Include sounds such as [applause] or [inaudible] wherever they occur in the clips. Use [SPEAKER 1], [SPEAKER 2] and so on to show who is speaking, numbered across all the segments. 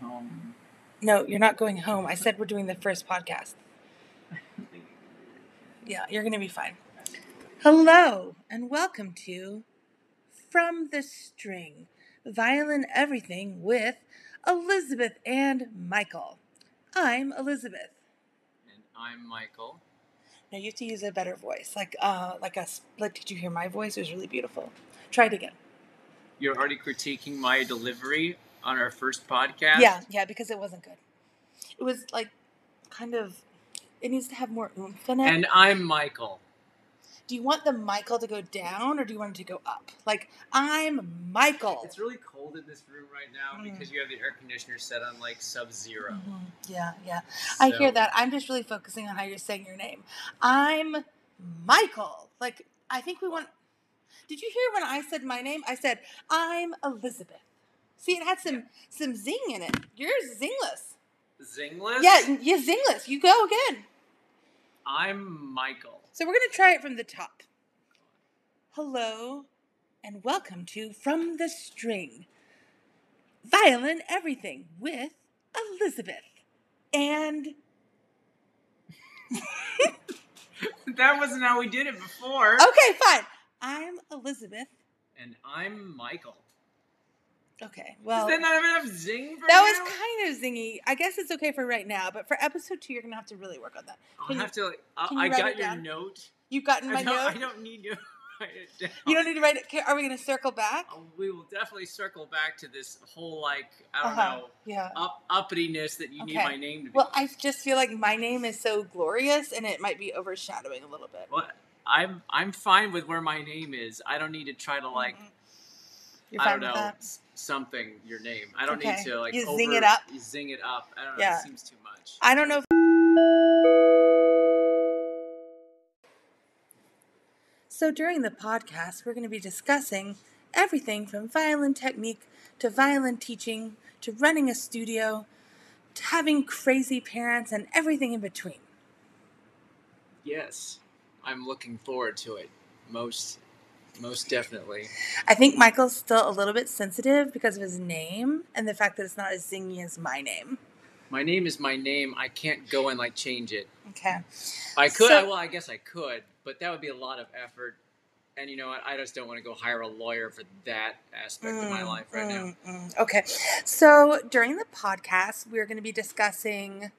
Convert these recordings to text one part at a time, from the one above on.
[SPEAKER 1] home.
[SPEAKER 2] No, you're not going home. I said we're doing the first podcast. Yeah, you're going to be fine. Hello, and welcome to From the String Violin Everything with Elizabeth and Michael. I'm Elizabeth.
[SPEAKER 1] And I'm Michael.
[SPEAKER 2] Now you have to use a better voice, like uh, like a split. Did you hear my voice? It was really beautiful. Try it again.
[SPEAKER 1] You're already critiquing my delivery on our first podcast.
[SPEAKER 2] Yeah, yeah, because it wasn't good. It was like kind of. It needs to have more oomph in it.
[SPEAKER 1] And I'm Michael.
[SPEAKER 2] do you want the Michael to go down or do you want it to go up? Like I'm Michael.
[SPEAKER 1] It's really cold in this room right now
[SPEAKER 2] Mm.
[SPEAKER 1] because you have the air conditioner set on like sub 0
[SPEAKER 2] Mhm. Yeah, yeah. I hear
[SPEAKER 1] So-
[SPEAKER 2] that. I'm just really focusing on how you're saying your name. I'm Michael. Like I think we want. Did you hear when I said my name? I said I'm Elizabeth. See, it had some some zing in it. Yours is zingless.
[SPEAKER 1] Zingless?
[SPEAKER 2] Yeah, yeah, zingless. You go again.
[SPEAKER 1] I'm Michael. [laughs]
[SPEAKER 2] So we're gonna try it from the top. Hello, and welcome to From the String, Violin Everything with Elizabeth and
[SPEAKER 1] that wasn't how we did it before.
[SPEAKER 2] Okay, fine. I'm Elizabeth.
[SPEAKER 1] And I'm Michael.
[SPEAKER 2] Okay, well,
[SPEAKER 1] Does that
[SPEAKER 2] that
[SPEAKER 1] not have enough zing for
[SPEAKER 2] was
[SPEAKER 1] now?
[SPEAKER 2] kind of zingy. I guess it's okay for right now, but for episode two, you're gonna have to really work on that.
[SPEAKER 1] I'll
[SPEAKER 2] can you-
[SPEAKER 1] have to, like, I-
[SPEAKER 2] can you
[SPEAKER 1] I
[SPEAKER 2] write
[SPEAKER 1] got
[SPEAKER 2] it
[SPEAKER 1] your
[SPEAKER 2] down?
[SPEAKER 1] note.
[SPEAKER 2] You've gotten my
[SPEAKER 1] I, don't, I
[SPEAKER 2] note.
[SPEAKER 1] don't need to [laughs] write it down.
[SPEAKER 2] You don't need to write it. Okay, Are we gonna circle back?
[SPEAKER 1] Uh, we will definitely circle back to this whole like I don't
[SPEAKER 2] Uh-huh.
[SPEAKER 1] know
[SPEAKER 2] Yeah.
[SPEAKER 1] up uppityness that you need
[SPEAKER 2] Okay.
[SPEAKER 1] my name to be.
[SPEAKER 2] Well, I just feel like my name is so glorious, and it might be overshadowing a little bit.
[SPEAKER 1] Well, I'm I'm fine with where my name is. I don't need to try to like
[SPEAKER 2] Mhm. You're
[SPEAKER 1] I
[SPEAKER 2] fine
[SPEAKER 1] don't know
[SPEAKER 2] with that.
[SPEAKER 1] s- something your name. I don't
[SPEAKER 2] Okay.
[SPEAKER 1] need to like
[SPEAKER 2] You
[SPEAKER 1] over,
[SPEAKER 2] zing it up?
[SPEAKER 1] you Zing it up. I don't know.
[SPEAKER 2] Yeah.
[SPEAKER 1] It seems too much.
[SPEAKER 2] I don't know. If- so during the podcast, we're going to be discussing everything from violin technique to violin teaching to running a studio to having crazy parents and everything in between.
[SPEAKER 1] yes, I'm looking forward to it most most definitely.
[SPEAKER 2] I think Michael's still a little bit sensitive because of his name and the fact that it's not as zingy as my name.
[SPEAKER 1] My name is my name. I can't go and like change it.
[SPEAKER 2] Okay.
[SPEAKER 1] I could.
[SPEAKER 2] So-
[SPEAKER 1] I, well, I guess I could, but that would be a lot of effort. And you know what? I just don't want to go hire a lawyer for that aspect of my
[SPEAKER 2] Mm,
[SPEAKER 1] life right now.
[SPEAKER 2] mm, mm. Okay. So during the podcast, we're going to be discussing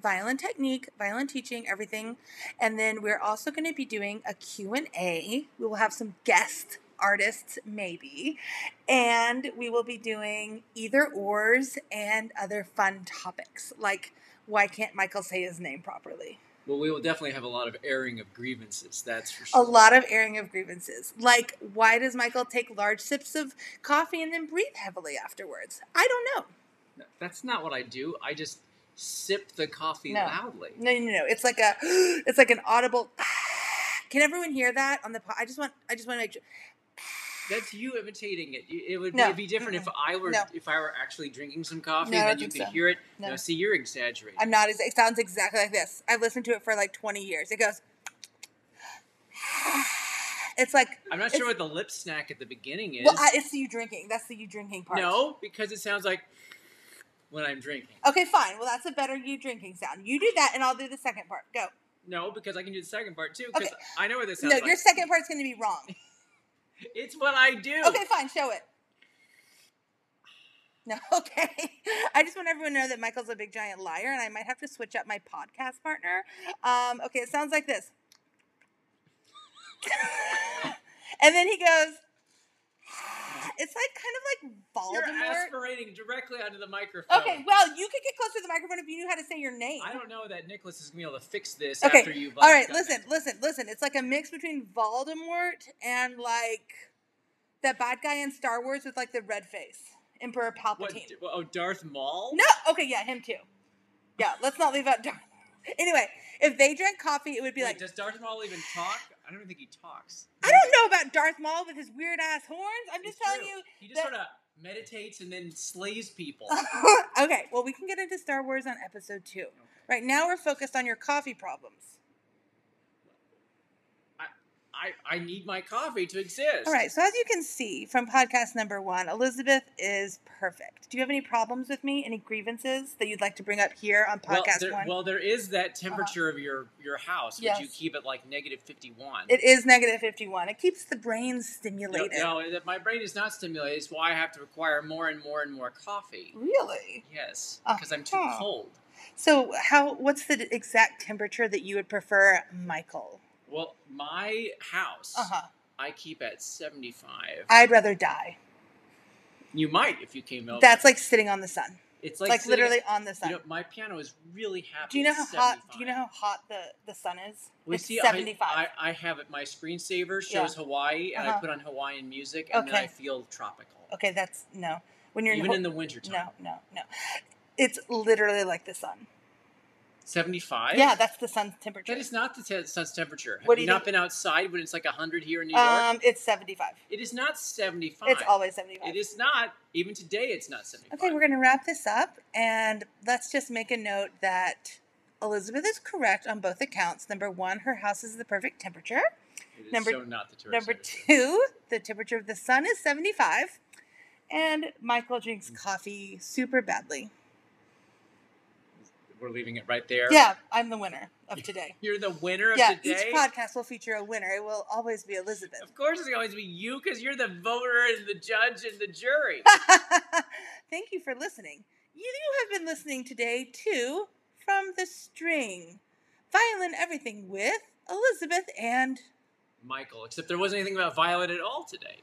[SPEAKER 2] violin technique, violin teaching, everything. And then we're also going to be doing a Q&A. We will have some guest artists maybe, and we will be doing either ors and other fun topics like why can't Michael say his name properly?
[SPEAKER 1] Well, we will definitely have a lot of airing of grievances. That's for
[SPEAKER 2] A
[SPEAKER 1] sure.
[SPEAKER 2] lot of airing of grievances. Like, why does Michael take large sips of coffee and then breathe heavily afterwards? I don't know.
[SPEAKER 1] That's not what I do. I just sip the coffee
[SPEAKER 2] No.
[SPEAKER 1] loudly.
[SPEAKER 2] No, no, no. It's like a, [gasps] it's like an audible. [sighs] Can everyone hear that on the? Po- I just want, I just want to make sure.
[SPEAKER 1] That's you imitating it. You- It would
[SPEAKER 2] No.
[SPEAKER 1] it'd be different if I were
[SPEAKER 2] No.
[SPEAKER 1] if I were actually drinking some coffee.
[SPEAKER 2] No, I
[SPEAKER 1] then
[SPEAKER 2] don't
[SPEAKER 1] you
[SPEAKER 2] think
[SPEAKER 1] could
[SPEAKER 2] so.
[SPEAKER 1] hear it.
[SPEAKER 2] No.
[SPEAKER 1] No. see, you're exaggerating.
[SPEAKER 2] I'm not. ex- It sounds exactly like this. I've listened to it for like 20 years. It goes. [sighs] It's like,
[SPEAKER 1] I'm not
[SPEAKER 2] it's-
[SPEAKER 1] sure what the lip snack at the beginning is.
[SPEAKER 2] well, I, it's the you drinking. That's the you drinking part.
[SPEAKER 1] no, because it sounds like when I'm drinking.
[SPEAKER 2] Okay, fine. Well, that's a better you drinking sound. You do that, and I'll do the second part. Go.
[SPEAKER 1] No, because I can do the second part too. Because
[SPEAKER 2] Okay.
[SPEAKER 1] I know what this sounds
[SPEAKER 2] No,
[SPEAKER 1] like.
[SPEAKER 2] your second part's going to be wrong.
[SPEAKER 1] It's what I [laughs] do.
[SPEAKER 2] Okay, fine. Show it. No, [laughs] okay. I just want everyone to know that Michael's a big giant liar, and I might have to switch up my podcast partner. Um, okay, it sounds like this. [laughs] and then he goes, it's like kind of
[SPEAKER 1] You're
[SPEAKER 2] like Voldemort.
[SPEAKER 1] aspirating directly onto the microphone.
[SPEAKER 2] Okay, well, you could get closer to the microphone if you knew how to say your name.
[SPEAKER 1] I don't know that Nicholas is gonna be able to fix this
[SPEAKER 2] Okay,
[SPEAKER 1] after you've.
[SPEAKER 2] All right, listen, listen, listen. It's like a mix between Voldemort and like that bad guy in Star Wars with like the red face, Emperor
[SPEAKER 1] What,
[SPEAKER 2] Palpatine.
[SPEAKER 1] oh, Darth Maul.
[SPEAKER 2] No, okay, yeah, him too. Yeah, let's not leave [laughs] out Darth. Anyway, if they drank coffee, it would be
[SPEAKER 1] Wait,
[SPEAKER 2] like
[SPEAKER 1] does Darth Maul even talk? I don't even think he talks.
[SPEAKER 2] I don't know about Darth Maul with his weird ass horns. I'm just
[SPEAKER 1] It's
[SPEAKER 2] telling
[SPEAKER 1] true.
[SPEAKER 2] you.
[SPEAKER 1] He just
[SPEAKER 2] that- Uh-huh.
[SPEAKER 1] sort of meditates and then slays people.
[SPEAKER 2] [laughs] okay, well, we can get into Star Wars on episode two. Right now, we're focused on your coffee problems.
[SPEAKER 1] I, I need my coffee to exist.
[SPEAKER 2] All right, so as you can see from podcast number one, Elizabeth is perfect. Do you have any problems with me? Any grievances that you'd like to bring up here on
[SPEAKER 1] Well
[SPEAKER 2] podcast
[SPEAKER 1] there,
[SPEAKER 2] one? Uh-huh.
[SPEAKER 1] well, there is that temperature of your your house, which
[SPEAKER 2] Yes.
[SPEAKER 1] you keep at like negative fifty one.
[SPEAKER 2] it is negative 51. It keeps the brain
[SPEAKER 1] No,
[SPEAKER 2] stimulated.
[SPEAKER 1] no, that my brain is not stimulated. It's why I have to require more and more and more coffee.
[SPEAKER 2] Really?
[SPEAKER 1] Yes, because I'm too
[SPEAKER 2] Uh-huh.
[SPEAKER 1] cold.
[SPEAKER 2] So, how? What's the exact temperature that you would prefer, Michael?
[SPEAKER 1] Well, my house
[SPEAKER 2] Uh huh.
[SPEAKER 1] I keep at seventy five.
[SPEAKER 2] I'd rather die.
[SPEAKER 1] You might if you came over.
[SPEAKER 2] That's like sitting on the sun.
[SPEAKER 1] it's
[SPEAKER 2] Like,
[SPEAKER 1] like, sitting-
[SPEAKER 2] literally on the sun.
[SPEAKER 1] You know, my piano is really happy.
[SPEAKER 2] do you know
[SPEAKER 1] at
[SPEAKER 2] how hot? Do
[SPEAKER 1] 75.
[SPEAKER 2] you know how hot the the sun is?
[SPEAKER 1] Well,
[SPEAKER 2] it's
[SPEAKER 1] see, I-
[SPEAKER 2] seventy five.
[SPEAKER 1] I, I, have it. My screensaver shows
[SPEAKER 2] Yeah.
[SPEAKER 1] Hawaii, and
[SPEAKER 2] Uh-huh.
[SPEAKER 1] I put on Hawaiian music, and then
[SPEAKER 2] Okay.
[SPEAKER 1] I feel tropical.
[SPEAKER 2] Okay, that's no. When you're
[SPEAKER 1] Even
[SPEAKER 2] Ho-
[SPEAKER 1] in the wintertime.
[SPEAKER 2] no, no, no. It's literally like the sun.
[SPEAKER 1] 75?
[SPEAKER 2] yeah, that's the sun's temperature.
[SPEAKER 1] That is not the te- sun's temperature. Have
[SPEAKER 2] What do
[SPEAKER 1] you,
[SPEAKER 2] you
[SPEAKER 1] not
[SPEAKER 2] think?
[SPEAKER 1] been outside when it's like 100 here in New York?
[SPEAKER 2] um, it's seventy five.
[SPEAKER 1] it is not 75.
[SPEAKER 2] It's always seventy five.
[SPEAKER 1] It is not. Even today, it's not 75.
[SPEAKER 2] Okay, we're going to wrap this up, and let's just make a note that Elizabeth is correct on both accounts. Number one, her house is the perfect temperature.
[SPEAKER 1] It is
[SPEAKER 2] number-
[SPEAKER 1] so not the tourist
[SPEAKER 2] Number
[SPEAKER 1] industry.
[SPEAKER 2] two, the temperature of the sun is 75. And Michael drinks
[SPEAKER 1] Mm.
[SPEAKER 2] coffee super badly.
[SPEAKER 1] We're leaving it right there.
[SPEAKER 2] Yeah, I'm the winner of today.
[SPEAKER 1] You're the [laughs] winner of
[SPEAKER 2] Yeah,
[SPEAKER 1] today.
[SPEAKER 2] each podcast will feature a winner. It will always be Elizabeth.
[SPEAKER 1] Of course, it's going to always be you because you're the voter and the judge and the
[SPEAKER 2] [laughs]
[SPEAKER 1] jury.
[SPEAKER 2] Thank you for listening. You have been listening today to From the String Violin Everything with Elizabeth and.
[SPEAKER 1] Michael, except there wasn't anything about Violet at all today.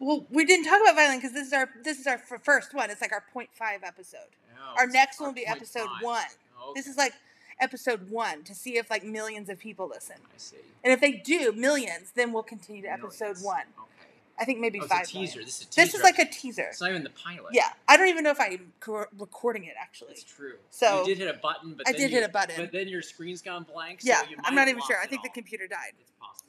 [SPEAKER 2] Well, we didn't talk about violin because this is our this is our f- first one. It's like our point five episode.
[SPEAKER 1] No,
[SPEAKER 2] Our
[SPEAKER 1] Oh, it's
[SPEAKER 2] next one will be
[SPEAKER 1] point
[SPEAKER 2] episode
[SPEAKER 1] five.
[SPEAKER 2] one.
[SPEAKER 1] Okay,
[SPEAKER 2] This is like episode one to see if like millions of people listen.
[SPEAKER 1] I see.
[SPEAKER 2] And if they do, millions, then we'll continue to episode
[SPEAKER 1] Millions.
[SPEAKER 2] one.
[SPEAKER 1] Okay.
[SPEAKER 2] I think maybe
[SPEAKER 1] Oh,
[SPEAKER 2] five.
[SPEAKER 1] it's a
[SPEAKER 2] million.
[SPEAKER 1] teaser. This is a teaser.
[SPEAKER 2] This is like a teaser.
[SPEAKER 1] It's not even the pilot.
[SPEAKER 2] Yeah. I don't even know if I'm cor- recording it actually.
[SPEAKER 1] It's true.
[SPEAKER 2] So-
[SPEAKER 1] you did hit a button, but
[SPEAKER 2] I
[SPEAKER 1] then
[SPEAKER 2] did
[SPEAKER 1] you-
[SPEAKER 2] hit a button.
[SPEAKER 1] But then your screen's gone blank. So
[SPEAKER 2] yeah.
[SPEAKER 1] you might
[SPEAKER 2] I'm not
[SPEAKER 1] have
[SPEAKER 2] even sure.
[SPEAKER 1] lost
[SPEAKER 2] I
[SPEAKER 1] it
[SPEAKER 2] think the
[SPEAKER 1] all.
[SPEAKER 2] computer died.
[SPEAKER 1] It's possible.